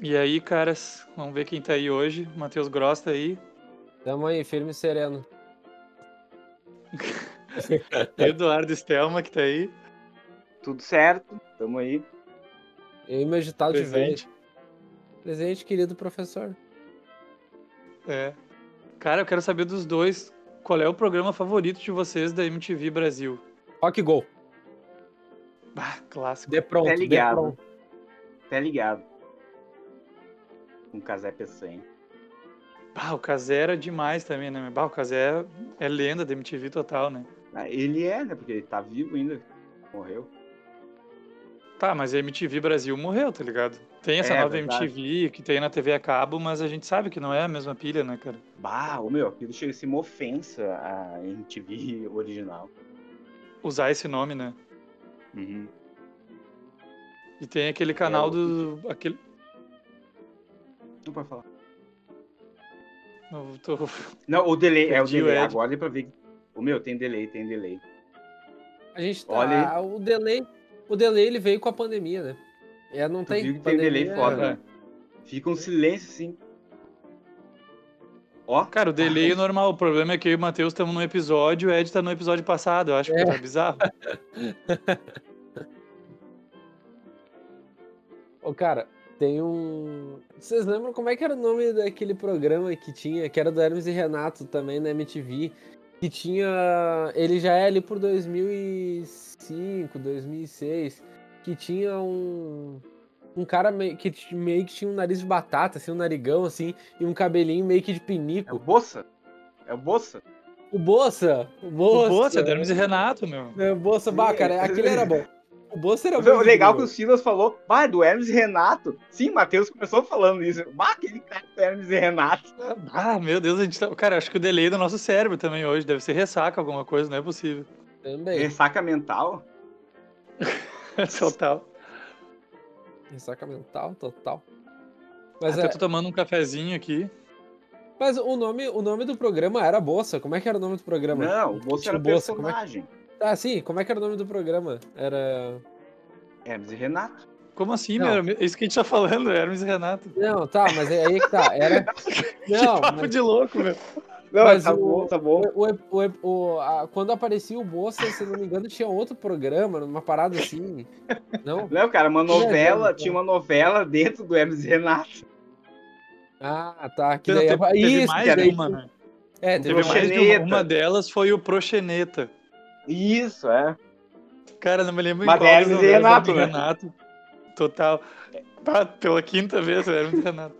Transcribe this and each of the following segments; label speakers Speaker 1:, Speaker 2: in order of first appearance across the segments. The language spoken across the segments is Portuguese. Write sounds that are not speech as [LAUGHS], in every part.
Speaker 1: E aí, caras, vamos ver quem tá aí hoje. Matheus Gross tá aí.
Speaker 2: Tamo aí, firme e sereno.
Speaker 3: É.
Speaker 1: Eduardo Stelma que tá aí.
Speaker 3: Tudo certo, tamo aí.
Speaker 2: Eu e meu ditado de verde. Presente, querido professor.
Speaker 1: É. Cara, eu quero saber dos dois qual é o programa favorito de vocês da MTV Brasil.
Speaker 2: Rock Go.
Speaker 1: Bah, clássico.
Speaker 2: De pronto,
Speaker 3: Tá
Speaker 2: de
Speaker 3: ligado.
Speaker 2: pronto.
Speaker 3: Até tá ligado. Com Casé Peçanha.
Speaker 1: Bah, o Kazé era demais também, né? Bah, o Kazé é lenda da MTV total, né?
Speaker 3: Ah, ele é, né? Porque ele tá vivo ainda. Morreu.
Speaker 1: Tá, mas a MTV Brasil morreu, tá ligado? Tem essa
Speaker 3: É,
Speaker 1: nova
Speaker 3: verdade.
Speaker 1: MTV que tem na TV a cabo, mas a gente sabe que não é a mesma pilha, né, cara?
Speaker 3: Bah, ô meu, aquilo chega a ser uma ofensa à MTV original.
Speaker 1: Usar esse nome, né?
Speaker 3: Uhum.
Speaker 1: E tem aquele canal
Speaker 3: o-
Speaker 1: do. Aquele...
Speaker 3: Não pode falar.
Speaker 1: Eu tô-
Speaker 3: Não, o delay. é o
Speaker 1: Perdi o
Speaker 3: delay.
Speaker 1: Ed.
Speaker 3: Agora deu pra ver. que- O meu, tem delay, tem delay.
Speaker 2: A gente tá.
Speaker 3: Olha
Speaker 2: O delay, o delay ele veio com a pandemia, né? É, não
Speaker 3: Tu
Speaker 2: tem.
Speaker 3: viu que tem delay
Speaker 2: pandemia,
Speaker 3: foda, né? Fica um silêncio assim. Ó, Ah,
Speaker 1: Cara,
Speaker 2: Tá.
Speaker 1: o delay é normal. O problema é que eu e o Matheus estamos num episódio, o Ed tá no episódio passado. Eu acho que
Speaker 2: É.
Speaker 1: tá
Speaker 2: [LAUGHS]
Speaker 1: bizarro.
Speaker 2: Ô, cara, tem um. Vocês lembram como é que era o nome daquele programa que tinha, que era do Hermes e Renato também na MTV? Que tinha. Ele já é ali por 2005, 2006. Que tinha um. Um cara meio que t- meio que tinha um nariz de batata, assim, um narigão, assim, e um cabelinho meio que de
Speaker 3: é o
Speaker 2: pinico.
Speaker 3: Bossa. É o Bossa.
Speaker 2: O Bossa! O
Speaker 1: O
Speaker 2: Bossa!
Speaker 1: Bossa, Dermes e Renato, meu.
Speaker 2: É, o Bossa, bah, cara, aquele era bom. O Bossa era bom.
Speaker 3: O legal que o
Speaker 2: demais.
Speaker 3: Silas falou, vai, do Hermes e Renato. Sim, Matheus começou falando isso. Bah, aquele cara do Hermes e Renato.
Speaker 1: Ah, meu Deus, a gente tá... Cara, acho que o delay é do nosso cérebro também hoje. Deve ser ressaca alguma coisa, não é possível. [LAUGHS]
Speaker 2: Também.
Speaker 3: Ressaca mental.
Speaker 1: Total.
Speaker 2: Ressaca mental, total. Mas,
Speaker 1: Mas
Speaker 2: é,
Speaker 1: Eu tô tomando um cafezinho aqui.
Speaker 2: mas o, nome, o nome do programa era Bolsa. Como é que era o nome do programa?
Speaker 3: Não, o Bolsa
Speaker 2: Tinha
Speaker 3: era
Speaker 2: o Bolsa, como é que-
Speaker 3: personagem.
Speaker 2: Ah, sim, como é que era o nome do programa? Era.
Speaker 3: Hermes e Renato.
Speaker 1: Como assim,
Speaker 2: Não.
Speaker 1: meu? Isso que a gente tá falando, Hermes e Renato.
Speaker 2: Não, tá, mas é aí que tá.
Speaker 3: [LAUGHS]
Speaker 2: Era. Não,
Speaker 1: [LAUGHS] que papo
Speaker 2: mas
Speaker 1: de louco, meu.
Speaker 3: Não,
Speaker 2: Mas
Speaker 3: tá
Speaker 2: o-
Speaker 3: bom, tá bom.
Speaker 2: o- o- o- o- a- quando aparecia o Bolsa, se não me engano, tinha outro programa, uma parada assim. Não?
Speaker 3: Não, cara, uma
Speaker 2: Tinha né?
Speaker 3: novela,
Speaker 2: Hermes,
Speaker 3: tinha uma novela dentro do Hermes e Renato.
Speaker 2: Ah, tá. Que
Speaker 1: Teve,
Speaker 2: daí,
Speaker 1: teve
Speaker 2: isso,
Speaker 1: mais
Speaker 2: que
Speaker 1: de
Speaker 2: daí-
Speaker 1: uma, né?
Speaker 2: É,
Speaker 1: Teve
Speaker 2: teve
Speaker 3: Proxeneta.
Speaker 1: mais de uma. Uma delas foi o Proxeneta.
Speaker 3: Isso, é.
Speaker 1: Cara, não me lembro em
Speaker 3: Mas
Speaker 1: qual
Speaker 3: Hermes
Speaker 1: das
Speaker 3: e
Speaker 1: novelas,
Speaker 3: Renato,
Speaker 1: Hermes e
Speaker 3: né?
Speaker 1: Renato. Total. Pá, pela quinta vez, Hermes e Renato.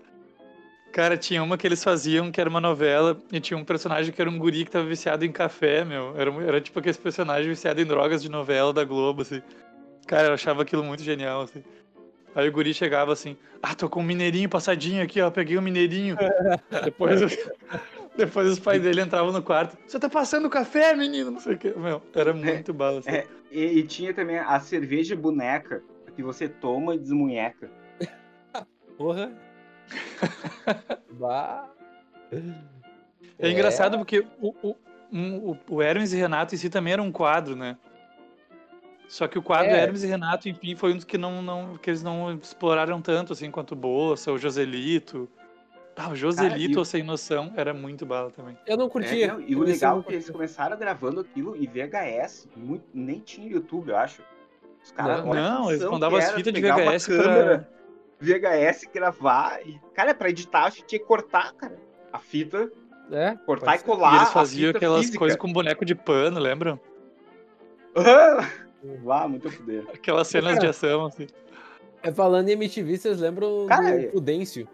Speaker 1: Cara, tinha uma que eles faziam, que era uma novela, e tinha um personagem que era um guri que tava viciado em café, meu. Era, um- era tipo aquele personagem viciado em drogas de novela da Globo, assim. Cara, eu achava aquilo muito genial, assim. Aí o guri chegava assim, ah, tô com um mineirinho passadinho aqui, ó, peguei um
Speaker 3: [LAUGHS]
Speaker 1: mineirinho.
Speaker 3: né?
Speaker 1: depois, depois os pais dele entravam no quarto, você tá passando café, menino? Não sei o que. Meu, era muito bala, assim.
Speaker 3: É. E, e tinha também a cerveja boneca, que você toma e desmunheca.
Speaker 2: Porra. bah.
Speaker 1: É engraçado porque o, o, um- o- o Hermes e Renato em si também era um quadro, né? Só que o quadro
Speaker 2: É.
Speaker 1: Hermes e Renato, enfim, foi um dos que, não, não, que eles não exploraram tanto, assim, quanto o Bolsa, o Joselito. Ah, o Joselito,
Speaker 3: e-
Speaker 1: ou Sem Noção, era muito bala também.
Speaker 2: Eu não curtia.
Speaker 3: É, não, e o
Speaker 2: Eu um disse,
Speaker 3: legal
Speaker 2: eu
Speaker 3: é que eles começaram gravando aquilo em VHS, muito- nem tinha YouTube, eu acho. Os caras
Speaker 2: Não,
Speaker 3: olha a
Speaker 1: não, eles
Speaker 3: função que
Speaker 1: mandavam as
Speaker 3: era
Speaker 1: fitas de
Speaker 3: pegar uma
Speaker 1: VHS pra-
Speaker 3: câmera, VHS gravar, e, cara, pra editar, acho que tinha que cortar, cara, a fita,
Speaker 2: É,
Speaker 3: cortar e
Speaker 2: pode
Speaker 3: colar
Speaker 1: e eles
Speaker 3: a
Speaker 1: faziam
Speaker 3: fita
Speaker 1: aquelas
Speaker 3: física.
Speaker 1: coisas com boneco de pano, lembram? [LAUGHS]
Speaker 3: Vá, muito fuder.
Speaker 1: Aquelas cenas de ação, assim.
Speaker 2: ser. É, falando em MTV, vocês lembram
Speaker 3: Cara,
Speaker 2: do Prudêncio?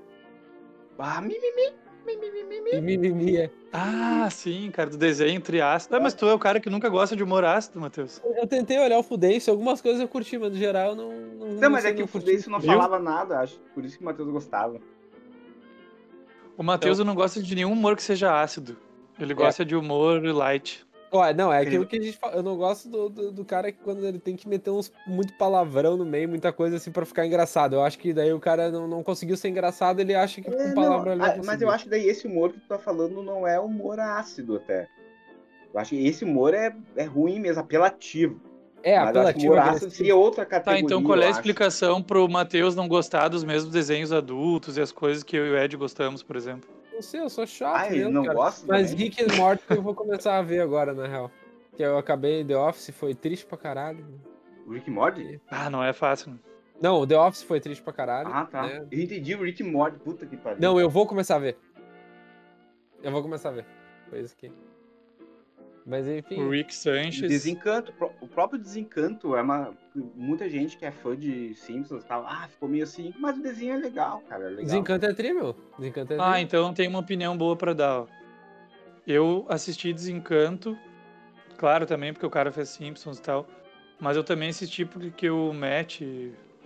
Speaker 3: Ah, mimimi, mimimi, mimimi.
Speaker 2: E mimimi, é.
Speaker 1: Ah, sim, cara, do desenho triácido. Ah, mas tu é o cara que nunca gosta de humor ácido, Matheus.
Speaker 2: Eu tentei olhar o Fudêncio, algumas coisas eu curti, mas no geral eu não. Não,
Speaker 3: Não, mas
Speaker 2: sei,
Speaker 3: é que o
Speaker 2: curti.
Speaker 3: Fudêncio não
Speaker 1: Viu?
Speaker 3: falava nada, acho, por isso que o Matheus gostava.
Speaker 1: O Matheus não gosta de nenhum humor que seja ácido. Ele gosta de humor light.
Speaker 2: Ó, não, é
Speaker 3: Ele-
Speaker 2: aquilo que a gente fala. Eu não gosto do, do, do cara que quando ele tem que meter uns muito palavrão no meio, muita coisa assim pra ficar engraçado. Eu acho que daí o cara não, não conseguiu ser engraçado, ele acha que
Speaker 3: É,
Speaker 2: com
Speaker 3: não,
Speaker 2: palavrão ele
Speaker 3: ah,
Speaker 2: vai
Speaker 3: mas
Speaker 2: conseguir.
Speaker 3: eu acho que daí esse humor que tu tá falando não é humor ácido até. Eu acho que esse humor é, é ruim mesmo, apelativo.
Speaker 2: É,
Speaker 3: Mas acho que o
Speaker 2: apelativo
Speaker 3: Horácio
Speaker 2: agressivo.
Speaker 3: seria outra
Speaker 1: Tá,
Speaker 3: categoria.
Speaker 1: então qual é a
Speaker 3: eu acho.
Speaker 1: explicação pro Matheus não gostar dos mesmos desenhos adultos e as coisas que eu e o Ed gostamos, por exemplo?
Speaker 2: Não sei, eu sou chato
Speaker 3: Ah, ele
Speaker 2: mesmo,
Speaker 3: não
Speaker 2: cara.
Speaker 3: gosta?
Speaker 2: Mas
Speaker 3: também?
Speaker 2: Rick and Morty eu vou começar a ver agora, na real. Que eu acabei The Office, foi triste pra caralho.
Speaker 3: O Rick Morty?
Speaker 1: Ah, não é fácil. né?
Speaker 2: Não, The Office foi triste pra caralho.
Speaker 3: Ah, tá.
Speaker 1: É.
Speaker 2: né?
Speaker 3: Eu entendi o Rick Morty, puta que pariu.
Speaker 2: Não, eu vou começar a ver. Eu vou começar a ver. Foi isso que. Mas enfim.
Speaker 1: O Rick Sanchez.
Speaker 3: Desencanto, pro- o próprio Desencanto é uma. Muita gente que é fã de Simpsons e tal, ah, ficou meio assim, mas o desenho é legal, cara. É legal.
Speaker 2: Desencanto é tri, meu. Desencanto é tri.
Speaker 1: Ah, então tem uma opinião boa pra dar. ó. Eu assisti Desencanto, claro também porque o cara fez Simpsons e tal, mas eu também assisti porque o Matt,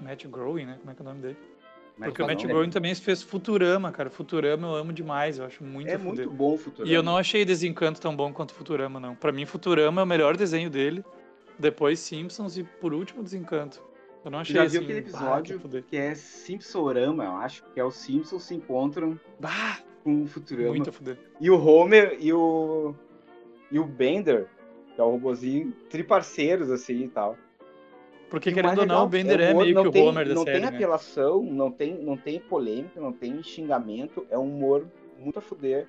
Speaker 1: Matt Groening, né? Como é que é o nome dele?
Speaker 3: Mas
Speaker 1: porque o
Speaker 3: não,
Speaker 1: Matt
Speaker 3: é-
Speaker 1: Groening também fez Futurama, cara. Futurama eu amo demais, eu acho muito
Speaker 3: É
Speaker 1: a fuder.
Speaker 3: muito bom o futuro.
Speaker 1: E eu não achei Desencanto tão bom quanto Futurama, não. Pra mim, Futurama é o melhor desenho dele. Depois Simpsons e por último Desencanto. Eu não achei
Speaker 3: Já
Speaker 1: assim,
Speaker 3: viu aquele
Speaker 1: "Bah,
Speaker 3: episódio
Speaker 1: que fuder."
Speaker 3: que é Simpsorama, eu acho, que é os Simpsons se encontram
Speaker 1: Bah,
Speaker 3: com o Futurama.
Speaker 1: muito a fuder.
Speaker 3: E o Homer e o. E o Bender, que é o robozinho, triparceiros, assim e tal.
Speaker 1: Porque
Speaker 3: E o mais
Speaker 1: querendo ou não,
Speaker 3: legal
Speaker 1: o Bender é
Speaker 3: humor,
Speaker 1: meio
Speaker 3: não
Speaker 1: que o
Speaker 3: tem-
Speaker 1: Homer da
Speaker 3: Não
Speaker 1: série,
Speaker 3: tem
Speaker 1: né?
Speaker 3: apelação, não, tem, não tem polêmica, não tem xingamento, é um humor muito a fuder.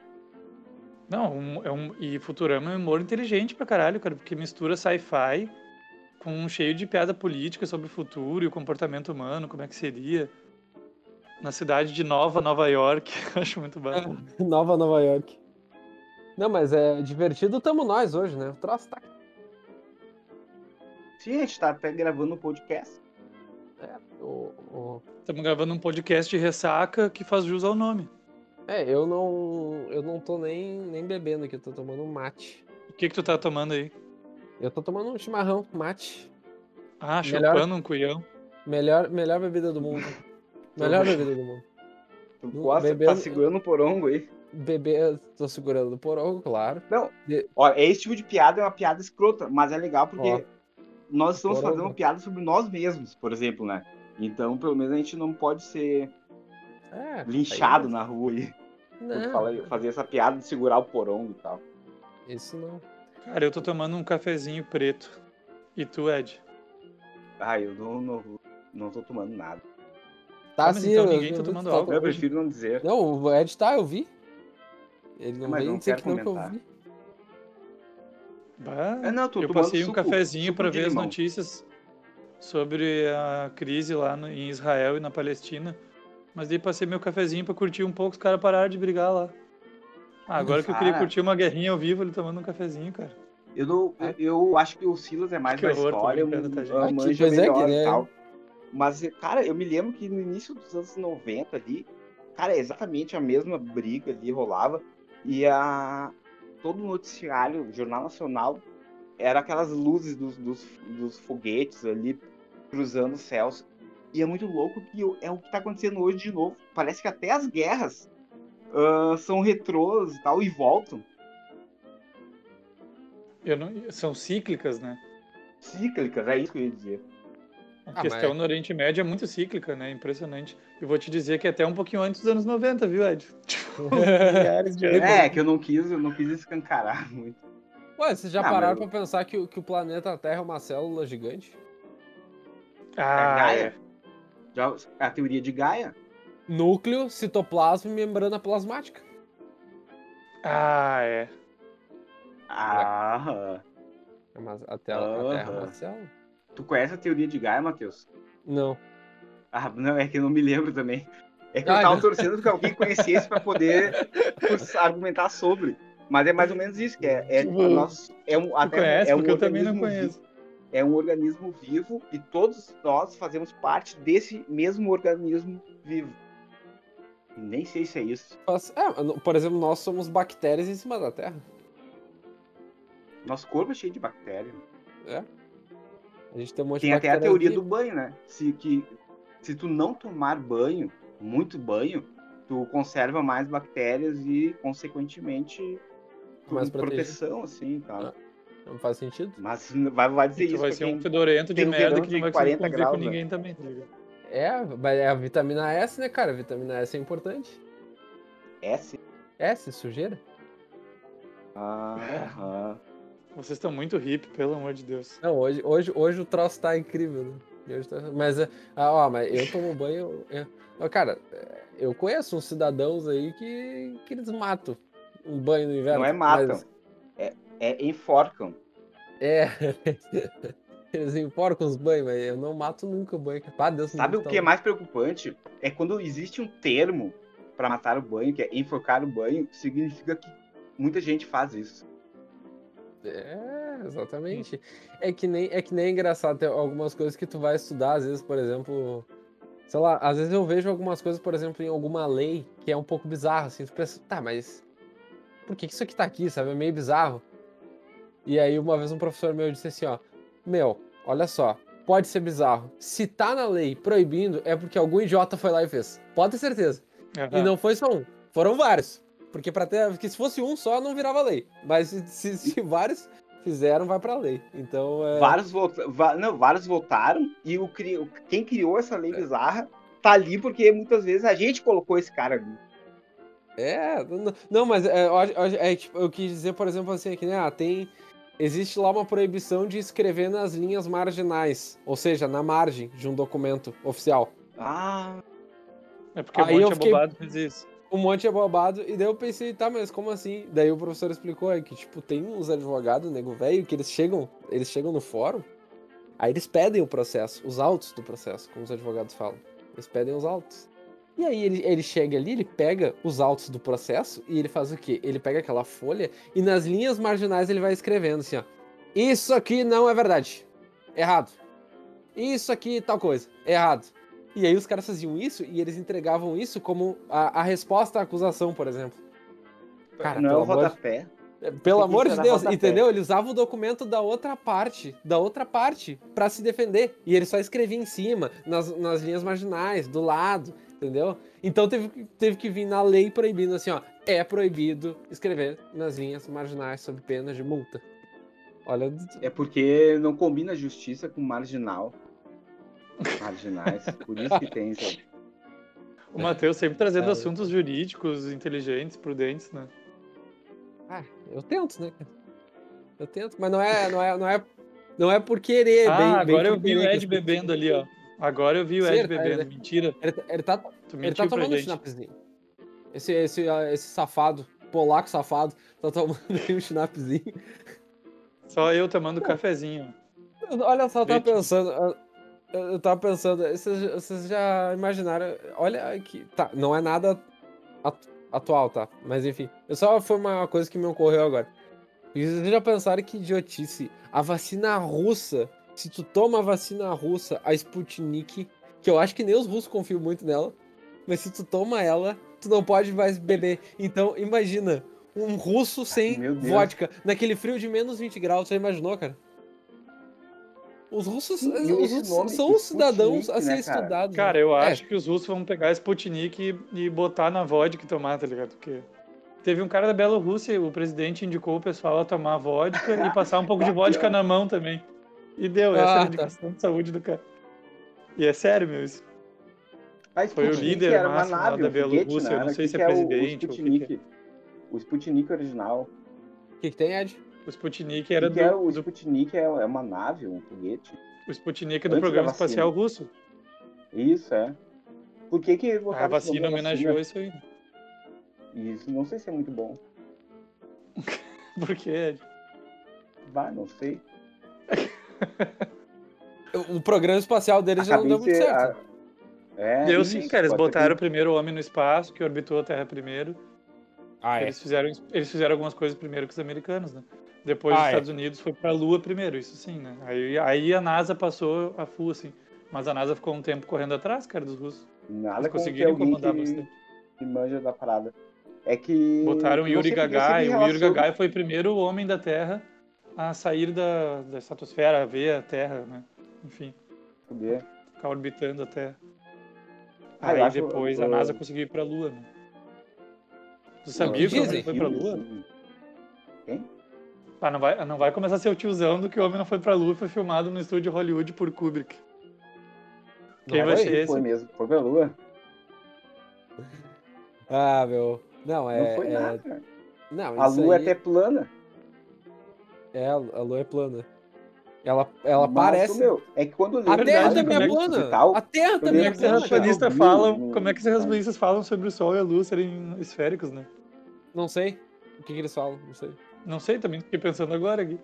Speaker 1: Não, um- é um, e Futurama é um humor inteligente pra caralho, cara, porque mistura sci-fi com um cheio de piada política sobre o futuro e o comportamento humano, como é que seria. Na cidade de Nova, Nova York, [LAUGHS] eu acho muito bacana.
Speaker 2: [LAUGHS] Nova Nova York. Não, mas é divertido, tamo nós hoje, né? O troço tá.
Speaker 3: Sim, a gente tá até gravando um podcast.
Speaker 2: É, o- o-
Speaker 1: Estamos gravando um podcast de ressaca que faz jus ao nome.
Speaker 2: é, eu não. Eu não tô nem, nem bebendo aqui, eu tô tomando um mate.
Speaker 1: O que que tu tá tomando aí?
Speaker 2: Eu tô tomando um chimarrão, mate.
Speaker 1: Ah,
Speaker 2: Melhor-
Speaker 1: chupando um cuião.
Speaker 2: Melhor, melhor bebida do
Speaker 3: [LAUGHS]
Speaker 2: mundo. Melhor bebida do mundo.
Speaker 3: Tu
Speaker 2: Não,
Speaker 3: gosta, tá
Speaker 2: Hum, bebendo-
Speaker 3: segurando um porongo aí.
Speaker 2: Beber, tô segurando o porongo, claro.
Speaker 3: Olha, esse tipo de piada é uma piada escrota, mas é legal porque
Speaker 2: Ó.
Speaker 3: nós estamos
Speaker 2: Porongo.
Speaker 3: fazendo piada sobre nós mesmos, por exemplo, né? Então, pelo menos a gente não pode ser
Speaker 2: É,
Speaker 3: linchado
Speaker 2: aí-
Speaker 3: na rua aí. por
Speaker 2: Não,
Speaker 3: falar- fazer essa piada de segurar o porongo e tal.
Speaker 2: isso não.
Speaker 1: Cara, eu tô tomando um cafezinho preto. E tu, Ed?
Speaker 3: Ah, eu não, não, não tô tomando nada.
Speaker 1: Ah,
Speaker 2: Tá
Speaker 1: mas
Speaker 2: sim,
Speaker 1: então
Speaker 2: eu-
Speaker 1: ninguém tá
Speaker 2: eu vi que
Speaker 1: tomando
Speaker 2: tu
Speaker 1: álcool
Speaker 3: Eu
Speaker 1: hoje.
Speaker 3: prefiro não dizer.
Speaker 2: Não, o Ed tá, eu vi. Ele não
Speaker 3: Mas
Speaker 2: veio
Speaker 3: não
Speaker 2: dizer
Speaker 3: quero
Speaker 2: que não que eu
Speaker 3: comentar. [LAUGHS]
Speaker 2: vi.
Speaker 1: Bah,
Speaker 3: É, não, eu tô
Speaker 1: eu
Speaker 3: tomando
Speaker 1: passei um
Speaker 3: suco-
Speaker 1: cafezinho
Speaker 3: suco
Speaker 1: pra
Speaker 3: de
Speaker 1: ver as
Speaker 3: limão.
Speaker 1: notícias sobre a crise lá no- em Israel e na Palestina. Mas daí passei meu cafezinho pra curtir um pouco, os caras pararam de brigar lá. Ah, agora que eu queria
Speaker 3: Cara.
Speaker 1: curtir uma guerrinha ao vivo, ele tomando um cafezinho, cara.
Speaker 3: Eu, não- eu- eu acho que o Silas é mais
Speaker 1: É. Que
Speaker 3: uma
Speaker 1: horror, tô
Speaker 3: história, um,
Speaker 1: brincando, tá, gente?
Speaker 3: uma
Speaker 2: Aqui,
Speaker 3: manja
Speaker 2: pois é,
Speaker 3: melhor
Speaker 2: que, né?
Speaker 3: e tal. Mas, cara, eu me lembro que no início dos anos 90 ali, cara, é exatamente a mesma briga ali rolava. E a... todo o noticiário, o Jornal Nacional, era aquelas luzes dos, dos, dos foguetes ali cruzando os céus. E é muito louco que eu- é o que tá acontecendo hoje de novo. Parece que até as guerras ah, são retrôs e tal, e voltam.
Speaker 1: Eu não- são cíclicas, né?
Speaker 3: Cíclicas, é isso que eu ia dizer.
Speaker 1: A
Speaker 2: Ah,
Speaker 1: questão
Speaker 2: mas-
Speaker 1: no Oriente Médio é muito cíclica, né? Impressionante. E vou te dizer que é até um pouquinho antes dos anos 90, viu, Ed? Tipo, milhares de anos.
Speaker 3: É, que eu não quis, eu não quis escancarar [LAUGHS] muito.
Speaker 2: Ué, vocês já
Speaker 3: Ah,
Speaker 2: pararam
Speaker 3: mas-
Speaker 2: pra pensar que, o- que o planeta Terra é uma célula gigante?
Speaker 3: É a
Speaker 1: Ah,
Speaker 3: Gaia. Já, a teoria de Gaia?
Speaker 2: Núcleo, citoplasma e membrana plasmática.
Speaker 1: ah, é.
Speaker 3: Ah.
Speaker 2: É uma- a, tela- a Terra é uma
Speaker 3: Aham.
Speaker 2: célula?
Speaker 3: Tu conhece a teoria de Gaia, Matheus?
Speaker 2: Não.
Speaker 3: Ah, não, é que eu não me lembro também. É que eu
Speaker 1: Ah,
Speaker 2: Ai,
Speaker 3: tava
Speaker 2: não.
Speaker 3: torcendo que alguém conhecesse pra poder [LAUGHS] curs- argumentar sobre. Mas é mais ou menos isso, que é, é,
Speaker 1: Tipo,
Speaker 3: a nossa- é um, a
Speaker 1: Tu
Speaker 3: Terra
Speaker 1: conhece?
Speaker 3: é um
Speaker 1: Porque eu também não
Speaker 3: organismo vivo.
Speaker 1: conheço.
Speaker 3: é um organismo vivo e todos nós fazemos parte desse mesmo organismo vivo. Nem sei se é isso.
Speaker 2: Faz- é, no- por exemplo, nós somos bactérias em cima da Terra.
Speaker 3: Nosso corpo é cheio de bactérias.
Speaker 2: A gente tem um monte
Speaker 3: Tem
Speaker 2: de
Speaker 3: até a
Speaker 2: bactérias
Speaker 3: teoria
Speaker 2: aqui.
Speaker 3: do banho, né? Se, que, se tu não tomar banho, muito banho, tu conserva mais bactérias e, consequentemente, tu-
Speaker 2: Mais protegido.
Speaker 3: proteção, assim, tá?
Speaker 2: Não faz sentido.
Speaker 3: Mas [LAUGHS] vai, vai
Speaker 1: Tu
Speaker 3: dizer isso
Speaker 1: vai
Speaker 3: pra
Speaker 1: ser um
Speaker 3: quem...
Speaker 1: fedorento de
Speaker 3: tem um
Speaker 1: merda
Speaker 3: verão
Speaker 1: que
Speaker 3: de
Speaker 1: não vai conseguir
Speaker 3: 40
Speaker 1: conviver com
Speaker 3: graus, né?
Speaker 1: ninguém também. tá ligado?
Speaker 2: É, mas é a vitamina S, né, cara? A vitamina S é importante.
Speaker 3: S. assim.
Speaker 2: S, sujeira?
Speaker 3: Aham.
Speaker 1: Vocês estão muito hip, pelo amor de Deus.
Speaker 2: Não, hoje, hoje, hoje o troço tá incrível, né? E hoje tá- Mas, é- ah, ó, mas eu tomo banho. eu- eu- cara, é, eu conheço uns cidadãos aí que, que eles matam um banho no inverno.
Speaker 3: Não é matam.
Speaker 2: mas-
Speaker 3: É enforcam.
Speaker 2: é. [LAUGHS] eles enforcam os banhos, mas eu não mato nunca o banho. Pá, Deus me
Speaker 3: Sabe o
Speaker 2: livre,
Speaker 3: que é
Speaker 2: tá
Speaker 3: mais preocupante? É quando existe um termo pra matar o banho, que é enforcar o banho, significa que muita gente faz isso.
Speaker 2: É, exatamente. É que nem é que nem engraçado tem algumas coisas que tu vai estudar, às vezes, por exemplo, sei lá, às vezes eu vejo algumas coisas, por exemplo, em alguma lei que é um pouco bizarro, assim, tu pensa, tá, mas por que que isso aqui tá aqui, sabe? É meio bizarro. E aí uma vez um professor meu disse assim, ó, meu, olha só, pode ser bizarro. Se tá na lei proibindo, é porque algum idiota foi lá e fez. Pode ter certeza. E
Speaker 1: É.
Speaker 2: não foi só um, foram vários. Porque, pra ter, porque se fosse um só, não virava lei. Mas se, se- se vários fizeram, vai pra lei. Então é.
Speaker 3: Vários, vota... va- Não, vários votaram e o cri... o- quem criou essa lei bizarra tá ali porque muitas vezes a gente colocou esse cara ali.
Speaker 2: É, não, não, mas é, ó- ó- é, tipo, eu quis dizer, por exemplo, assim, que né, ah, tem. Existe lá uma proibição de escrever nas linhas marginais, ou seja, na margem de um documento oficial.
Speaker 3: Ah,
Speaker 1: É porque um
Speaker 2: Aí
Speaker 1: monte
Speaker 2: eu
Speaker 1: de
Speaker 2: fiquei-
Speaker 1: abobado fez isso.
Speaker 2: um monte é bobado. E daí eu pensei, tá, mas como assim? Daí o professor explicou é que, tipo, tem uns advogados, nego velho, que eles chegam, eles chegam no fórum, aí eles pedem o processo, os autos do processo, como os advogados falam. Eles pedem os autos. E aí ele, ele chega ali, ele pega os autos do processo e ele faz o quê? Ele pega aquela folha e nas linhas marginais ele vai escrevendo assim, ó. Isso aqui não é verdade. Errado. Isso aqui tal coisa. Errado. E aí os caras faziam isso e eles entregavam isso como a, a resposta à acusação, por exemplo. Cara,
Speaker 3: não é o
Speaker 2: pelo amor de-
Speaker 3: rodapé.
Speaker 2: É, Pelo
Speaker 3: Tem que
Speaker 2: amor de
Speaker 3: enfiar na
Speaker 2: Deus,
Speaker 3: rodapé.
Speaker 2: entendeu? Ele usava o documento da outra parte, da outra parte, pra se defender. E ele só escrevia em cima, nas, nas linhas marginais, do lado, entendeu? Então teve, que- teve que vir na lei proibindo assim, ó. É proibido escrever nas linhas marginais sob pena de multa. Olha,
Speaker 3: É porque não combina justiça com marginal. Marginais. Por isso que tem isso. aí.
Speaker 1: O
Speaker 2: É.
Speaker 1: Matheus sempre trazendo
Speaker 2: Cara.
Speaker 1: assuntos jurídicos, inteligentes, prudentes, né?
Speaker 2: ah, eu tento, né? cara? Eu tento, mas não é, não é, não é, não é por querer.
Speaker 1: ah,
Speaker 2: bem- bem
Speaker 1: agora eu
Speaker 2: por
Speaker 1: vi o
Speaker 2: querer que
Speaker 1: Ed
Speaker 2: as pessoas-
Speaker 1: bebendo ali, ó. Agora eu vi o
Speaker 2: Sim,
Speaker 1: Ed
Speaker 2: ele tá-
Speaker 1: bebendo.
Speaker 2: ele-
Speaker 1: Mentira.
Speaker 2: Ele, tá- ele tá
Speaker 1: Tu
Speaker 2: Ele tá
Speaker 1: mentiu pra
Speaker 2: tomando um
Speaker 1: gente.
Speaker 2: schnapszinho. Esse, esse, ah, esse safado, polaco safado, tá tomando [LAUGHS] aí um schnapszinho.
Speaker 1: Só eu tomando cafezinho.
Speaker 2: Olha só, eu
Speaker 1: Leite.
Speaker 2: tava pensando. ah, Eu eu tava pensando, vocês, vocês já imaginaram. Olha aqui. Tá, não é nada atu- atual, tá? Mas enfim. Eu só foi uma coisa que me ocorreu agora. E Vocês já pensaram que idiotice? A vacina russa. Se tu toma a vacina russa, a Sputnik, que eu acho que nem os russos confiam muito nela, mas se tu toma ela, tu não pode mais beber. Então, imagina, um russo sem
Speaker 3: meu Deus.
Speaker 2: vodka, naquele frio de menos 20 graus, você imaginou, cara? Os russos,
Speaker 3: E
Speaker 2: os
Speaker 3: esse
Speaker 2: russos
Speaker 3: nome,
Speaker 2: são os cidadãos a
Speaker 3: Sputnik,
Speaker 2: ser
Speaker 3: né, cara?
Speaker 2: estudados. né?
Speaker 1: Cara, eu
Speaker 2: É,
Speaker 1: acho que os russos vão pegar Sputnik e, e botar na vodka e tomar, tá ligado? Porque teve um cara da Bielorrússia, o presidente indicou o pessoal a tomar vodka e passar um pouco de vodka na mão também. E deu, essa
Speaker 2: Ah,
Speaker 1: era a
Speaker 2: tá.
Speaker 1: indicação de saúde do cara. E é sério, meu, isso.
Speaker 3: Mas
Speaker 1: Foi o
Speaker 3: Sputnik
Speaker 1: líder
Speaker 3: era uma
Speaker 1: máximo lá
Speaker 3: nave,
Speaker 1: da
Speaker 3: um foguete,
Speaker 1: Bielorrússia,
Speaker 3: né?
Speaker 1: eu não
Speaker 3: Era
Speaker 1: sei
Speaker 3: o
Speaker 1: se
Speaker 3: que
Speaker 1: é
Speaker 3: que o-
Speaker 1: presidente,
Speaker 3: O
Speaker 1: ou o que que é.
Speaker 3: Sputnik, o Sputnik original.
Speaker 2: O que, que tem, é Ed?
Speaker 1: O Sputnik era
Speaker 3: O
Speaker 1: do,
Speaker 3: que é o
Speaker 1: do-
Speaker 3: Sputnik é, é uma nave, um foguete.
Speaker 1: o Sputnik é do
Speaker 3: antes da
Speaker 1: programa
Speaker 3: vacina.
Speaker 1: espacial russo.
Speaker 3: Isso, é. Por que que
Speaker 1: A
Speaker 3: eles botaram esse
Speaker 1: vacina
Speaker 3: nome na
Speaker 1: homenageou isso aí. [LAUGHS]
Speaker 3: Isso, não sei se é muito bom.
Speaker 1: Por quê?
Speaker 3: Vai, não sei.
Speaker 2: O programa espacial deles já não deu
Speaker 3: Acabei
Speaker 2: muito
Speaker 3: de ser-
Speaker 2: certo.
Speaker 3: a- É,
Speaker 1: Deu
Speaker 3: isso,
Speaker 1: sim, cara. Eles
Speaker 3: pode ser
Speaker 1: botaram o primeiro homem no espaço, que orbitou a Terra primeiro.
Speaker 2: Ah,
Speaker 1: Eles, fizeram, eles fizeram algumas coisas primeiro que os americanos, né? Depois
Speaker 2: Ah,
Speaker 1: os
Speaker 2: é.
Speaker 1: Estados Unidos foi pra Lua primeiro, isso sim, né? Aí, aí a NASA passou a full, assim. Mas a NASA ficou um tempo correndo atrás, cara, dos russos.
Speaker 3: que
Speaker 1: Eles
Speaker 3: Nada como ter
Speaker 1: conseguiram
Speaker 3: alguém
Speaker 1: incomodar
Speaker 3: que,
Speaker 1: bastante.
Speaker 3: que manja da parada. É que...
Speaker 1: Botaram o
Speaker 3: eu não
Speaker 1: Yuri
Speaker 3: sei porque eu
Speaker 1: Gagarin.
Speaker 3: sempre
Speaker 1: O Yuri
Speaker 3: relaciono-
Speaker 1: Gagarin foi o primeiro homem da Terra a sair da, da estratosfera, a ver a Terra, né? Enfim,
Speaker 3: Poder.
Speaker 1: ficar orbitando a Terra.
Speaker 3: Ah, eu
Speaker 1: Aí
Speaker 3: acho-
Speaker 1: depois a
Speaker 3: eu-
Speaker 1: NASA conseguiu ir pra Lua, né? Tu sabia que o
Speaker 2: dizem
Speaker 1: homem foi pra Lua? Ah, não vai, não vai começar a ser o tiozão do que o homem não foi pra Lua foi filmado no estúdio Hollywood por Kubrick. Quem
Speaker 2: Não
Speaker 1: vai
Speaker 2: foi?
Speaker 1: ser esse?
Speaker 3: é, Foi mesmo, foi pra Lua.
Speaker 2: Ah, meu. Não, é.
Speaker 3: não foi
Speaker 2: é-
Speaker 3: nada.
Speaker 2: Não,
Speaker 3: A
Speaker 2: isso
Speaker 3: Lua é
Speaker 2: aí-
Speaker 3: até plana.
Speaker 2: É, a lua é plana. Ela, ela
Speaker 3: Mas,
Speaker 2: parece.
Speaker 3: meu, é que quando eu
Speaker 2: A
Speaker 3: lembro
Speaker 2: Terra
Speaker 1: verdade,
Speaker 3: de
Speaker 2: também é
Speaker 1: como é
Speaker 3: Movimento
Speaker 2: plana.
Speaker 3: Digital,
Speaker 2: A Terra
Speaker 1: Como
Speaker 2: também
Speaker 1: é
Speaker 2: é
Speaker 1: que os
Speaker 3: Terra
Speaker 2: plana.
Speaker 3: plana.
Speaker 1: terraplanistas
Speaker 3: Chernobyl,
Speaker 1: falam,
Speaker 3: né?
Speaker 1: como é que os terraplanistas falam sobre o Sol e a Lua serem esféricos, né?
Speaker 2: Não sei. O que, que eles falam? Não sei.
Speaker 1: Não sei, também fiquei pensando agora aqui.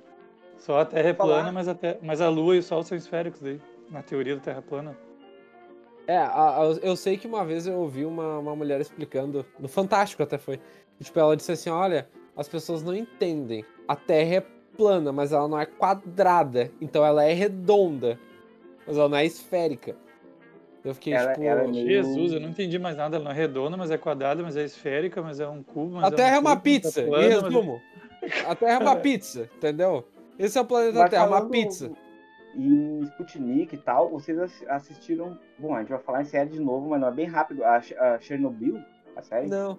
Speaker 1: Só a Terra é
Speaker 3: Falar.
Speaker 1: plana, mas a, Terra- mas a Lua e o Sol são esféricos daí, na teoria da Terra plana.
Speaker 2: É, a- a- eu sei que uma vez eu ouvi uma, uma mulher explicando, no Fantástico até foi. E, Tipo, ela disse assim: olha, as pessoas não entendem. A Terra é plana, mas ela não é quadrada. Então ela é redonda. Mas ela não é esférica. Eu fiquei
Speaker 3: Ela-
Speaker 2: tipo.
Speaker 3: ela é meio- Eu-
Speaker 1: Jesus, eu não entendi mais nada. Ela não é redonda, mas é quadrada, mas é esférica, mas é um cubo. Mas
Speaker 2: a Terra é
Speaker 1: um
Speaker 2: uma
Speaker 1: cubo, mas
Speaker 2: pizza,
Speaker 1: plana,
Speaker 2: em
Speaker 1: mas-
Speaker 2: resumo. A Terra
Speaker 1: [LAUGHS]
Speaker 2: é uma pizza, entendeu? Esse é o planeta
Speaker 3: Mas
Speaker 2: Terra, uma
Speaker 3: falando
Speaker 2: pizza.
Speaker 3: Em Sputnik e tal, vocês assi- assistiram. Bom, a gente vai falar em série de novo, mas não é bem rápido. A, Ch- a Chernobyl, a série.
Speaker 2: Não.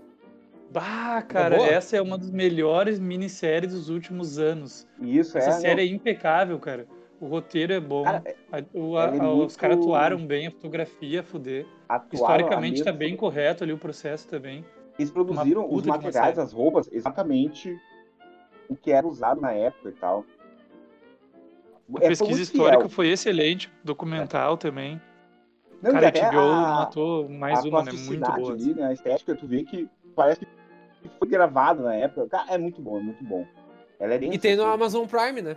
Speaker 1: Bah, cara,
Speaker 2: Tá boa?
Speaker 1: essa é uma das melhores minisséries dos últimos anos.
Speaker 3: E isso
Speaker 1: Essa
Speaker 3: é.
Speaker 1: série é impecável, cara. O roteiro é bom.
Speaker 3: Cara,
Speaker 1: a- o- a-
Speaker 3: ela é
Speaker 1: a- Os
Speaker 3: muito-
Speaker 1: caras atuaram bem, a fotografia, fuder.
Speaker 3: atuaram a
Speaker 1: Historicamente tá
Speaker 3: mesma-
Speaker 1: bem correto ali o processo também.
Speaker 3: Eles produziram
Speaker 1: puta
Speaker 3: os
Speaker 1: de uma
Speaker 3: materiais,
Speaker 1: série.
Speaker 3: as roupas, exatamente o que era usado na época e
Speaker 1: A
Speaker 3: tal. É, foi
Speaker 1: pesquisa
Speaker 3: muito
Speaker 1: histórica
Speaker 3: fiel.
Speaker 1: foi excelente, documental também.
Speaker 3: Não, e
Speaker 1: cara, a
Speaker 3: até
Speaker 1: HBO
Speaker 3: a-
Speaker 1: matou mais
Speaker 3: a
Speaker 1: uma, né? Muito
Speaker 3: plasticidade
Speaker 1: boa.
Speaker 3: ali, né, A estética, tu vê que parece que foi gravado na época. Cara, é muito bom, é muito bom. Ela é densa,
Speaker 2: E tem no
Speaker 3: assim.
Speaker 2: Amazon Prime, né?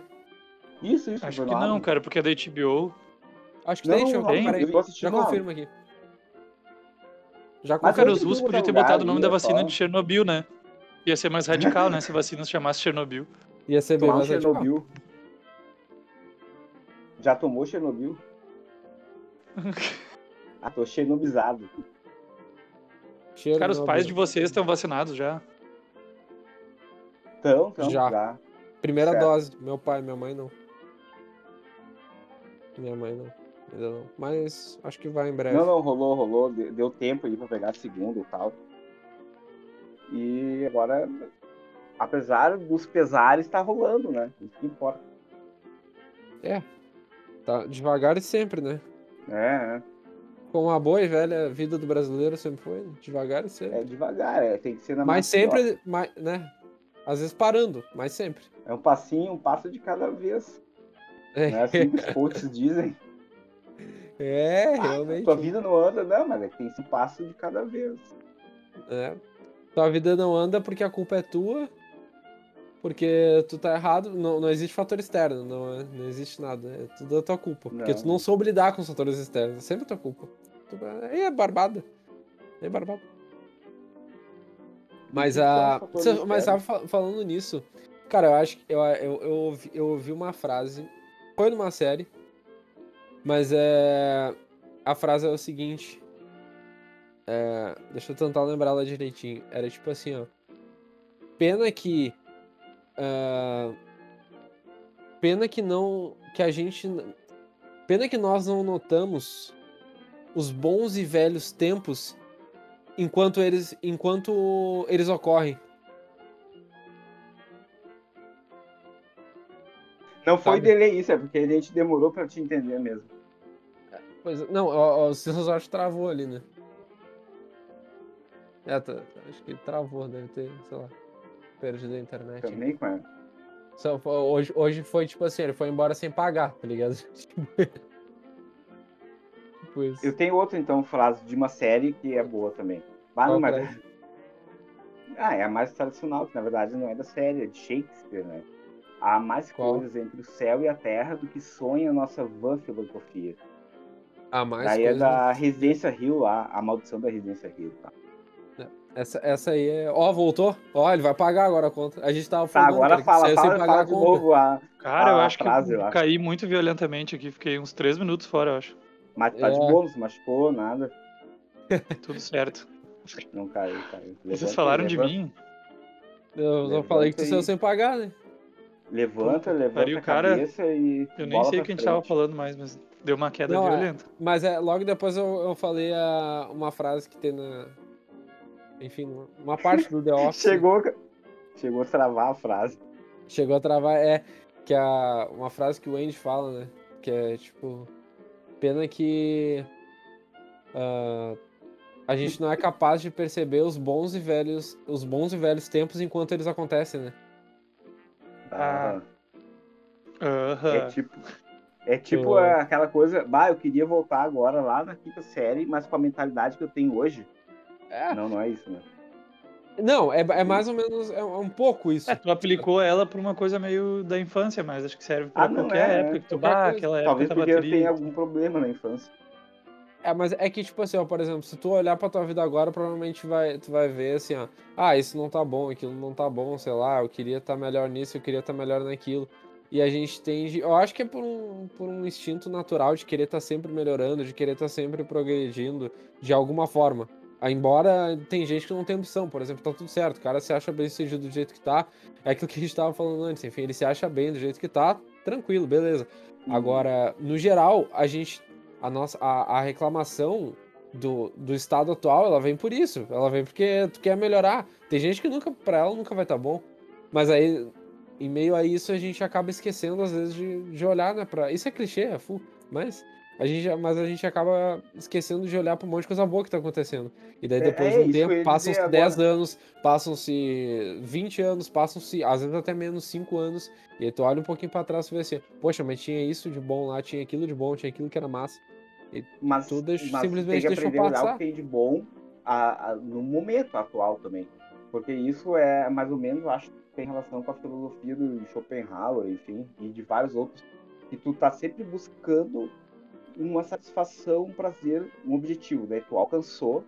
Speaker 3: Isso, isso.
Speaker 1: Acho
Speaker 3: foi
Speaker 1: que
Speaker 3: no
Speaker 1: não,
Speaker 3: Amazon.
Speaker 1: cara, porque é da HBO.
Speaker 2: Acho que
Speaker 3: Não,
Speaker 2: tem, deixa eu
Speaker 3: não,
Speaker 1: tem,
Speaker 2: peraí.
Speaker 3: eu tô assistindo
Speaker 2: Já
Speaker 3: lá.
Speaker 2: confirmo aqui. Já
Speaker 1: Ah,
Speaker 2: confirmo.
Speaker 3: Mas
Speaker 1: cara,
Speaker 3: eu
Speaker 1: os
Speaker 3: não
Speaker 1: russos
Speaker 3: vou
Speaker 1: podiam ter
Speaker 3: jogar
Speaker 1: botado o nome
Speaker 3: ali,
Speaker 1: da
Speaker 3: é
Speaker 1: vacina
Speaker 3: só.
Speaker 1: de Chernobyl, né? Ia ser
Speaker 3: [LAUGHS]
Speaker 1: mais radical, né? Se a vacina se chamasse Chernobyl.
Speaker 2: Ia ser tipo, bem
Speaker 3: Tomar um
Speaker 2: mais radical.
Speaker 3: Chernobyl. Já
Speaker 1: [LAUGHS]
Speaker 3: tomou Chernobyl? ah, tô chernobizado.
Speaker 2: Cheiro
Speaker 1: Cara, os
Speaker 2: no
Speaker 1: pais de
Speaker 2: ouvido.
Speaker 1: vocês estão vacinados já.
Speaker 3: Então, então,
Speaker 2: Já.
Speaker 3: já.
Speaker 2: Primeira
Speaker 3: Certo.
Speaker 2: dose. Meu pai, minha mãe não. Minha mãe não. Ainda não. Mas acho que vai em breve.
Speaker 3: Não, não, rolou, rolou. de- Deu tempo aí pra pegar a segunda e tal. E agora, apesar dos pesares, tá rolando, né? Isso que importa.
Speaker 2: Tá devagar e sempre, né?
Speaker 3: É,
Speaker 2: Com a boa e velha vida do brasileiro sempre foi. né? Devagar e sempre.
Speaker 3: é devagar, é, tem que ser na
Speaker 2: mas
Speaker 3: macia, ó.
Speaker 2: sempre, mas, né? Às vezes parando, mas sempre.
Speaker 3: É um passinho, um passo de cada vez.
Speaker 2: É,
Speaker 3: Não é assim que os coaches dizem.
Speaker 2: [LAUGHS]
Speaker 3: Ah,
Speaker 2: é, realmente.
Speaker 3: Tua vida não anda, não, mas é que tem esse passo de cada vez.
Speaker 2: É. Tua vida não anda porque a culpa é tua, porque tu tá errado, não, não existe fator externo, não, é- não existe nada, é tudo a tua culpa. Porque
Speaker 3: Não.
Speaker 2: tu não soube lidar com os fatores externos, é sempre a tua culpa. Tu, aí é barbada. Aí é barbada. Mas
Speaker 3: que são
Speaker 2: a.
Speaker 3: os fatores
Speaker 2: cê-
Speaker 3: externos?
Speaker 2: mas sabe, fal- falando nisso, cara, eu acho que eu, eu, eu, ouvi, eu ouvi uma frase. Foi numa série. Mas é. A frase é o seguinte. é, deixa eu tentar lembrar ela direitinho. Era tipo assim, ó. Pena que. ah, pena que não. Que a gente. n- Pena que nós não notamos os bons e velhos tempos enquanto eles, enquanto eles ocorrem.
Speaker 3: Não foi
Speaker 2: Sabe?
Speaker 3: delay isso, é porque a gente demorou pra te entender mesmo.
Speaker 2: Pois é, não, ó, ó, o Silas acho que travou ali, né? É, tá- acho que travou, deve ter, sei lá, perdido a internet.
Speaker 3: Também com ela.
Speaker 2: Só foi- hoje, hoje foi tipo assim, ele foi embora sem pagar, tá ligado? [LAUGHS] tipo isso.
Speaker 3: Eu tenho outra, então, frase de uma série que é boa também. Mas
Speaker 2: Qual
Speaker 3: não é-
Speaker 2: frase?
Speaker 3: Ah, é a mais tradicional, que na verdade não é da série, é de Shakespeare, né? Há mais
Speaker 2: Qual?
Speaker 3: coisas entre o céu e a terra do que sonha a nossa vã filosofia.
Speaker 2: Ah, mais
Speaker 3: Daí é
Speaker 2: coisa-
Speaker 3: da Residência Hill lá, a maldição da Residência Hill. Tá,
Speaker 2: essa, essa aí é. Ó, voltou? Ó, ele vai pagar agora a conta. A gente tava
Speaker 3: tá
Speaker 1: é
Speaker 2: falando.
Speaker 3: agora
Speaker 2: cara, que
Speaker 3: fala,
Speaker 2: saiu sem
Speaker 3: fala,
Speaker 2: pagar
Speaker 3: fala
Speaker 2: a
Speaker 3: de
Speaker 2: conta.
Speaker 3: novo a,
Speaker 1: Cara, eu
Speaker 3: a
Speaker 1: acho que
Speaker 3: Ah, frase
Speaker 1: eu
Speaker 3: lá.
Speaker 1: caí muito violentamente aqui. Fiquei uns três minutos fora, eu acho.
Speaker 3: Mas tá de
Speaker 2: É.
Speaker 3: boa, não se machucou, nada.
Speaker 1: Tudo certo.
Speaker 3: Não caiu, caiu.
Speaker 1: Vocês
Speaker 3: Levanta,
Speaker 1: falaram de
Speaker 3: levanta,
Speaker 1: mim?
Speaker 2: Eu só
Speaker 3: Levanta
Speaker 2: falei que tu
Speaker 3: aí.
Speaker 2: saiu sem pagar, né?
Speaker 3: Levanta,
Speaker 1: pariu,
Speaker 3: levanta a
Speaker 1: cara,
Speaker 3: cabeça e.
Speaker 1: Eu nem
Speaker 3: bola
Speaker 1: sei o
Speaker 3: pra
Speaker 1: que a gente
Speaker 3: frente.
Speaker 1: tava falando mais, mas deu uma queda
Speaker 2: Não, é.
Speaker 1: violenta.
Speaker 2: Mas é, logo depois eu, eu falei a, uma frase que tem na. Enfim, uma parte do The Office.
Speaker 3: Chegou, ca- chegou a travar a frase.
Speaker 2: Chegou a travar. É. Que a. Uma frase que o Andy fala, né? Que é tipo. Pena que. ah, a gente não é capaz de perceber os bons e
Speaker 3: Tá,
Speaker 2: velhos. Os bons e velhos tempos enquanto eles acontecem, né?
Speaker 1: Ah. Aham.
Speaker 3: É tipo, é tipo
Speaker 2: Sim.
Speaker 3: a- aquela coisa, bah, eu queria voltar agora lá na quinta série, mas com a mentalidade que eu tenho hoje.
Speaker 2: É.
Speaker 3: Não, não é isso, né?
Speaker 2: Não, é, é mais ou menos. É, é um pouco isso.
Speaker 1: É, tu aplicou ela pra uma coisa meio da infância, mas acho que serve pra
Speaker 3: Ah, não,
Speaker 1: qualquer
Speaker 3: é,
Speaker 1: época
Speaker 3: é.
Speaker 1: que tu
Speaker 2: Qualquer
Speaker 1: bah,
Speaker 2: coisa.
Speaker 1: aquela época
Speaker 3: Talvez
Speaker 1: da
Speaker 3: porque eu tenha
Speaker 1: bateria.
Speaker 3: algum problema na infância.
Speaker 2: É, mas é que, tipo assim, ó, por exemplo, se tu olhar pra tua vida agora, provavelmente vai, tu vai ver assim, ó, ah, isso não tá bom, aquilo não tá bom, sei lá, eu queria estar melhor nisso, eu queria estar melhor naquilo. E a gente tende. Eu acho que é por um, por um instinto natural de querer estar sempre melhorando, de querer estar sempre progredindo, de alguma forma. Ah, Embora tem gente que não tem opção, por exemplo, tá tudo certo, o cara se acha bem sucedido do jeito que tá, é aquilo que a gente tava falando antes, enfim, ele se acha bem do jeito que tá, tranquilo, beleza. Agora, no geral, a gente a nossa a, a reclamação do, do estado atual, ela vem por isso. Ela vem porque tu quer melhorar. Tem gente que nunca para ela nunca vai estar bom. Mas aí em meio a isso a gente acaba esquecendo às vezes de, de olhar, né, para isso é clichê, é full, mas a gente mas a gente acaba esquecendo de olhar para um monte de coisa boa que tá acontecendo. E daí
Speaker 3: É-
Speaker 2: depois
Speaker 3: é
Speaker 2: de um
Speaker 3: isso que eu ia
Speaker 2: tempo,
Speaker 3: dizer
Speaker 2: passam-se
Speaker 3: agora.
Speaker 2: 10 anos, passam-se 20 anos, passam-se às vezes até menos 5 anos, e aí tu olha um pouquinho para trás e vê assim, poxa, mas tinha isso de bom lá, tinha aquilo de bom, tinha aquilo que era massa.
Speaker 3: Mas,
Speaker 2: Tu deixa-
Speaker 3: mas
Speaker 2: simplesmente
Speaker 3: tem que
Speaker 2: deixou
Speaker 3: aprender a olhar o
Speaker 2: passar.
Speaker 3: que tem de bom a- a- no momento atual também. Porque isso é mais ou menos, eu acho que tem relação com a filosofia do Schopenhauer, enfim, e de vários outros. Que tu tá sempre buscando uma satisfação, um prazer, um objetivo. Daí tu alcançou,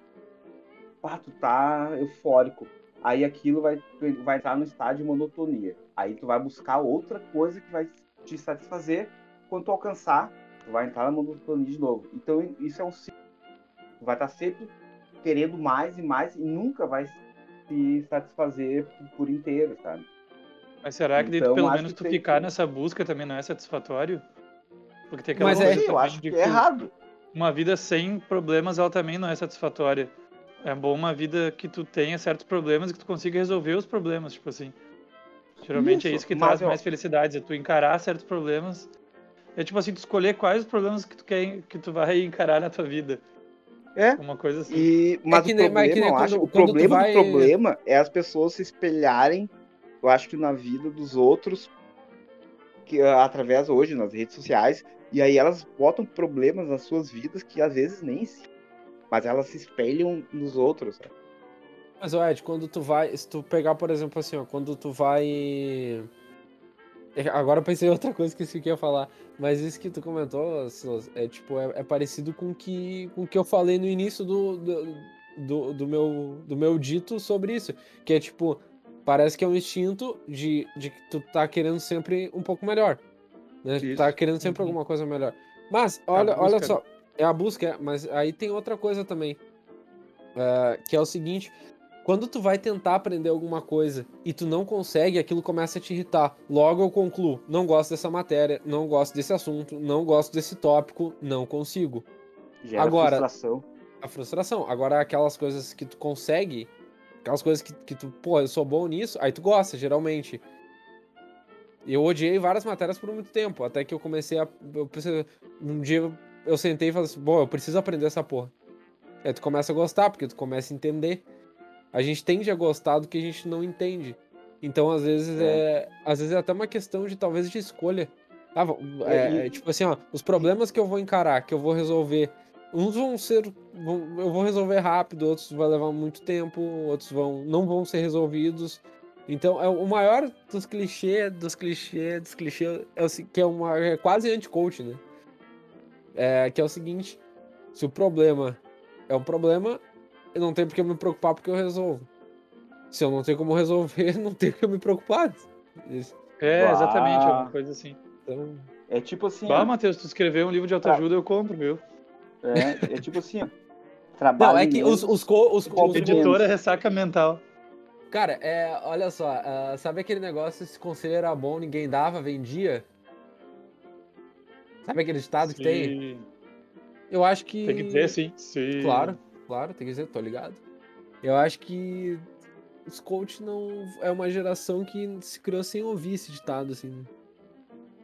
Speaker 3: pá, tu tá eufórico. Aí aquilo vai, vai estar no estágio de monotonia. Aí tu vai buscar outra coisa que vai te satisfazer. Quando tu alcançar, tu vai entrar na monotonia de novo. Então isso é um ciclo. Tu vai estar sempre querendo mais e mais e nunca vai se satisfazer por inteiro, sabe?
Speaker 1: Mas será que daí tu,
Speaker 3: Então,
Speaker 1: pelo
Speaker 3: acho
Speaker 1: menos
Speaker 3: que
Speaker 1: tu
Speaker 3: tem
Speaker 1: ficar
Speaker 3: que-
Speaker 1: nessa busca também não é satisfatório? Porque tem aquela
Speaker 2: Mas
Speaker 1: coisa
Speaker 2: é-
Speaker 1: também
Speaker 3: eu acho
Speaker 1: de
Speaker 3: que é errado.
Speaker 1: uma vida sem problemas ela também não é satisfatória. É bom uma vida que tu tenha certos problemas e que tu consiga resolver os problemas, tipo assim. Geralmente é
Speaker 3: Isso,
Speaker 1: isso que
Speaker 3: mas
Speaker 1: traz
Speaker 3: eu-
Speaker 1: mais felicidade, é tu encarar certos problemas. É tipo assim, tu escolher quais os problemas que tu quer que tu vai [LAUGHS] encarar na tua vida.
Speaker 3: É.
Speaker 1: Uma coisa assim.
Speaker 3: E, mas
Speaker 2: É que
Speaker 3: o
Speaker 2: nem-
Speaker 3: problema,
Speaker 2: mas que nem
Speaker 3: eu
Speaker 2: quando-
Speaker 3: acho, o
Speaker 2: quando tu
Speaker 3: problema
Speaker 2: vai-
Speaker 3: do problema é as pessoas se espelharem, eu acho que na vida dos outros, que ah, através hoje nas redes sociais, e aí elas botam problemas nas suas vidas que às vezes nem existem, mas elas se espelham nos outros. sabe?
Speaker 2: Mas, ó, Ed, quando tu vai. Se tu pegar, por exemplo, assim, ó, quando tu vai. É, Agora eu pensei em outra coisa que eu esqueci o que eu ia falar. Mas isso que tu comentou, Silas, é tipo, é, é parecido com o que, com o que eu falei no início do, do, do, do meu, do meu dito sobre isso. Que é tipo, parece que é um instinto de, de que tu tá querendo sempre um pouco melhor. Né? Tu Tá
Speaker 3: Isso.
Speaker 2: querendo sempre
Speaker 1: Uhum.
Speaker 2: alguma coisa melhor. Mas, olha,
Speaker 1: busca,
Speaker 2: olha
Speaker 1: né?
Speaker 2: só, é a busca, é, mas aí tem outra coisa também. ah, que é o seguinte, quando tu vai tentar aprender alguma coisa e tu não consegue, aquilo começa a te irritar. Logo eu concluo, não gosto dessa matéria, não gosto desse assunto, não gosto desse tópico, não consigo.
Speaker 3: Gera
Speaker 2: Agora-
Speaker 3: frustração.
Speaker 2: A frustração. Agora aquelas coisas que tu consegue, aquelas coisas que, que tu, pô, eu sou bom nisso, aí tu gosta, geralmente. Eu odiei várias matérias por muito tempo, até que eu comecei a. eu preciso- um dia eu- eu sentei e falei assim, bom, eu preciso aprender essa porra. Aí É, tu começa a gostar, porque tu começa a entender. A gente tende a gostar do que a gente não entende. Então, às vezes, é. Às vezes é até uma questão de talvez de escolha. Ah, vo- é,
Speaker 3: E-
Speaker 2: é tipo assim, ó, os problemas que eu vou encarar, que eu vou resolver, uns vão ser. vão- eu vou resolver rápido, outros vai levar muito tempo, outros vão não vão ser resolvidos. Então, é o o maior dos clichês, dos clichês, dos clichês, é o se- que é, uma, é quase anti-coach, né? É, que é o seguinte: se o problema é um problema, eu não tenho porque eu me preocupar porque eu resolvo. Se eu não tenho como resolver, [LAUGHS] não tenho que eu me preocupar. Isso.
Speaker 1: É, exatamente,
Speaker 3: Bah.
Speaker 1: alguma coisa assim.
Speaker 2: Então,
Speaker 3: É tipo assim,
Speaker 1: Bah,
Speaker 3: ó,
Speaker 1: Matheus, tu escrever um livro de
Speaker 3: Tá.
Speaker 1: autoajuda, eu compro, viu?
Speaker 3: é, é
Speaker 2: [LAUGHS]
Speaker 3: tipo assim, ó, trabalho
Speaker 2: não, é que os,
Speaker 3: menos,
Speaker 2: os, co- os,
Speaker 3: Qual
Speaker 2: os-
Speaker 3: que é
Speaker 1: Editora Ressaca Mental.
Speaker 2: Cara, é, olha só, ah, sabe aquele negócio, se conselho era bom, ninguém dava, vendia? Sabe aquele ditado que tem?
Speaker 1: Sim.
Speaker 2: Eu acho que.
Speaker 1: Tem que dizer sim. Sim.
Speaker 2: Claro, claro, tem que dizer, tô ligado. Eu acho que os coaches não. É uma geração que se criou sem ouvir esse ditado, assim. né?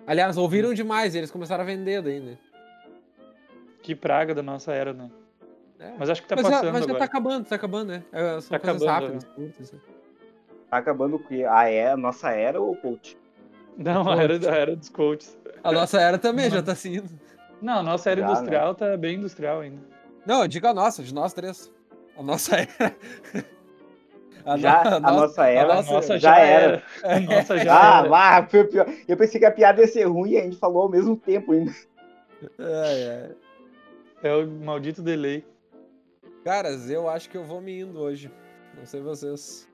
Speaker 2: Aliás, ouviram demais, eles começaram a vender daí, né?
Speaker 1: Que praga da nossa era, né?
Speaker 2: É.
Speaker 1: Mas acho que tá
Speaker 2: mas já,
Speaker 1: passando
Speaker 2: mas já tá
Speaker 1: agora.
Speaker 2: acabando, tá acabando, né? É, são
Speaker 1: Tá
Speaker 2: coisas
Speaker 1: acabando,
Speaker 2: rápidas, curtas. né?
Speaker 3: é, tá acabando o quê? A, era, a nossa era ou o coach?
Speaker 1: Não, a era, a era dos coaches.
Speaker 2: A nossa era também já
Speaker 1: Mano.
Speaker 2: tá se indo.
Speaker 1: Não, a nossa era
Speaker 3: Já, né?
Speaker 1: industrial tá bem industrial ainda.
Speaker 2: Não, eu digo a nossa, de nós três. A nossa era. [LAUGHS] A,
Speaker 3: Já
Speaker 2: no-
Speaker 3: a É, nossa era.
Speaker 1: A
Speaker 2: nossa
Speaker 1: nossa
Speaker 3: já
Speaker 1: já
Speaker 3: era.
Speaker 1: era. [LAUGHS] A nossa
Speaker 2: É.
Speaker 1: já
Speaker 3: Ah,
Speaker 1: era.
Speaker 3: lá, foi o pior. Eu pensei que a piada ia ser ruim e a gente falou ao mesmo tempo ainda.
Speaker 2: Ai,
Speaker 1: É o maldito delay.
Speaker 2: ai. Caras, eu acho que eu vou me indo hoje. Não sei vocês.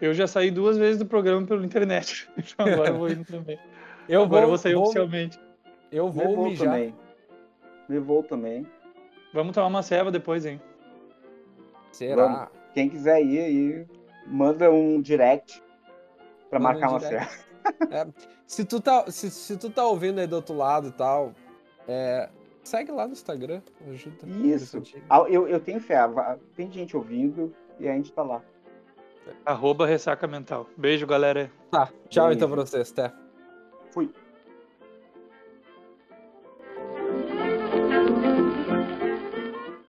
Speaker 1: Eu já saí duas vezes do programa pela internet. [LAUGHS] Então agora eu vou indo também.
Speaker 2: Eu
Speaker 1: agora eu vou sair oficialmente.
Speaker 2: Eu vou
Speaker 3: Levou
Speaker 2: mijar.
Speaker 3: também. Levou também.
Speaker 1: Vamos tomar uma ceva depois, hein?
Speaker 2: Será?
Speaker 3: Quem quiser ir aí, manda um direct pra
Speaker 2: Manda um
Speaker 3: marcar uma
Speaker 2: direct.
Speaker 3: certa.
Speaker 2: Se tu, tá, se, se tu tá ouvindo aí do outro lado e tal, é, segue lá no Instagram. Ajuda.
Speaker 3: Isso.
Speaker 2: Ajuda.
Speaker 3: Ah, Eu, eu tenho fé, va- tem gente ouvindo e a gente tá lá.
Speaker 1: Arroba ressaca mental. Beijo, galera.
Speaker 2: Tá, tchau
Speaker 3: Beijo.
Speaker 2: então pra vocês. Até.
Speaker 3: Fui.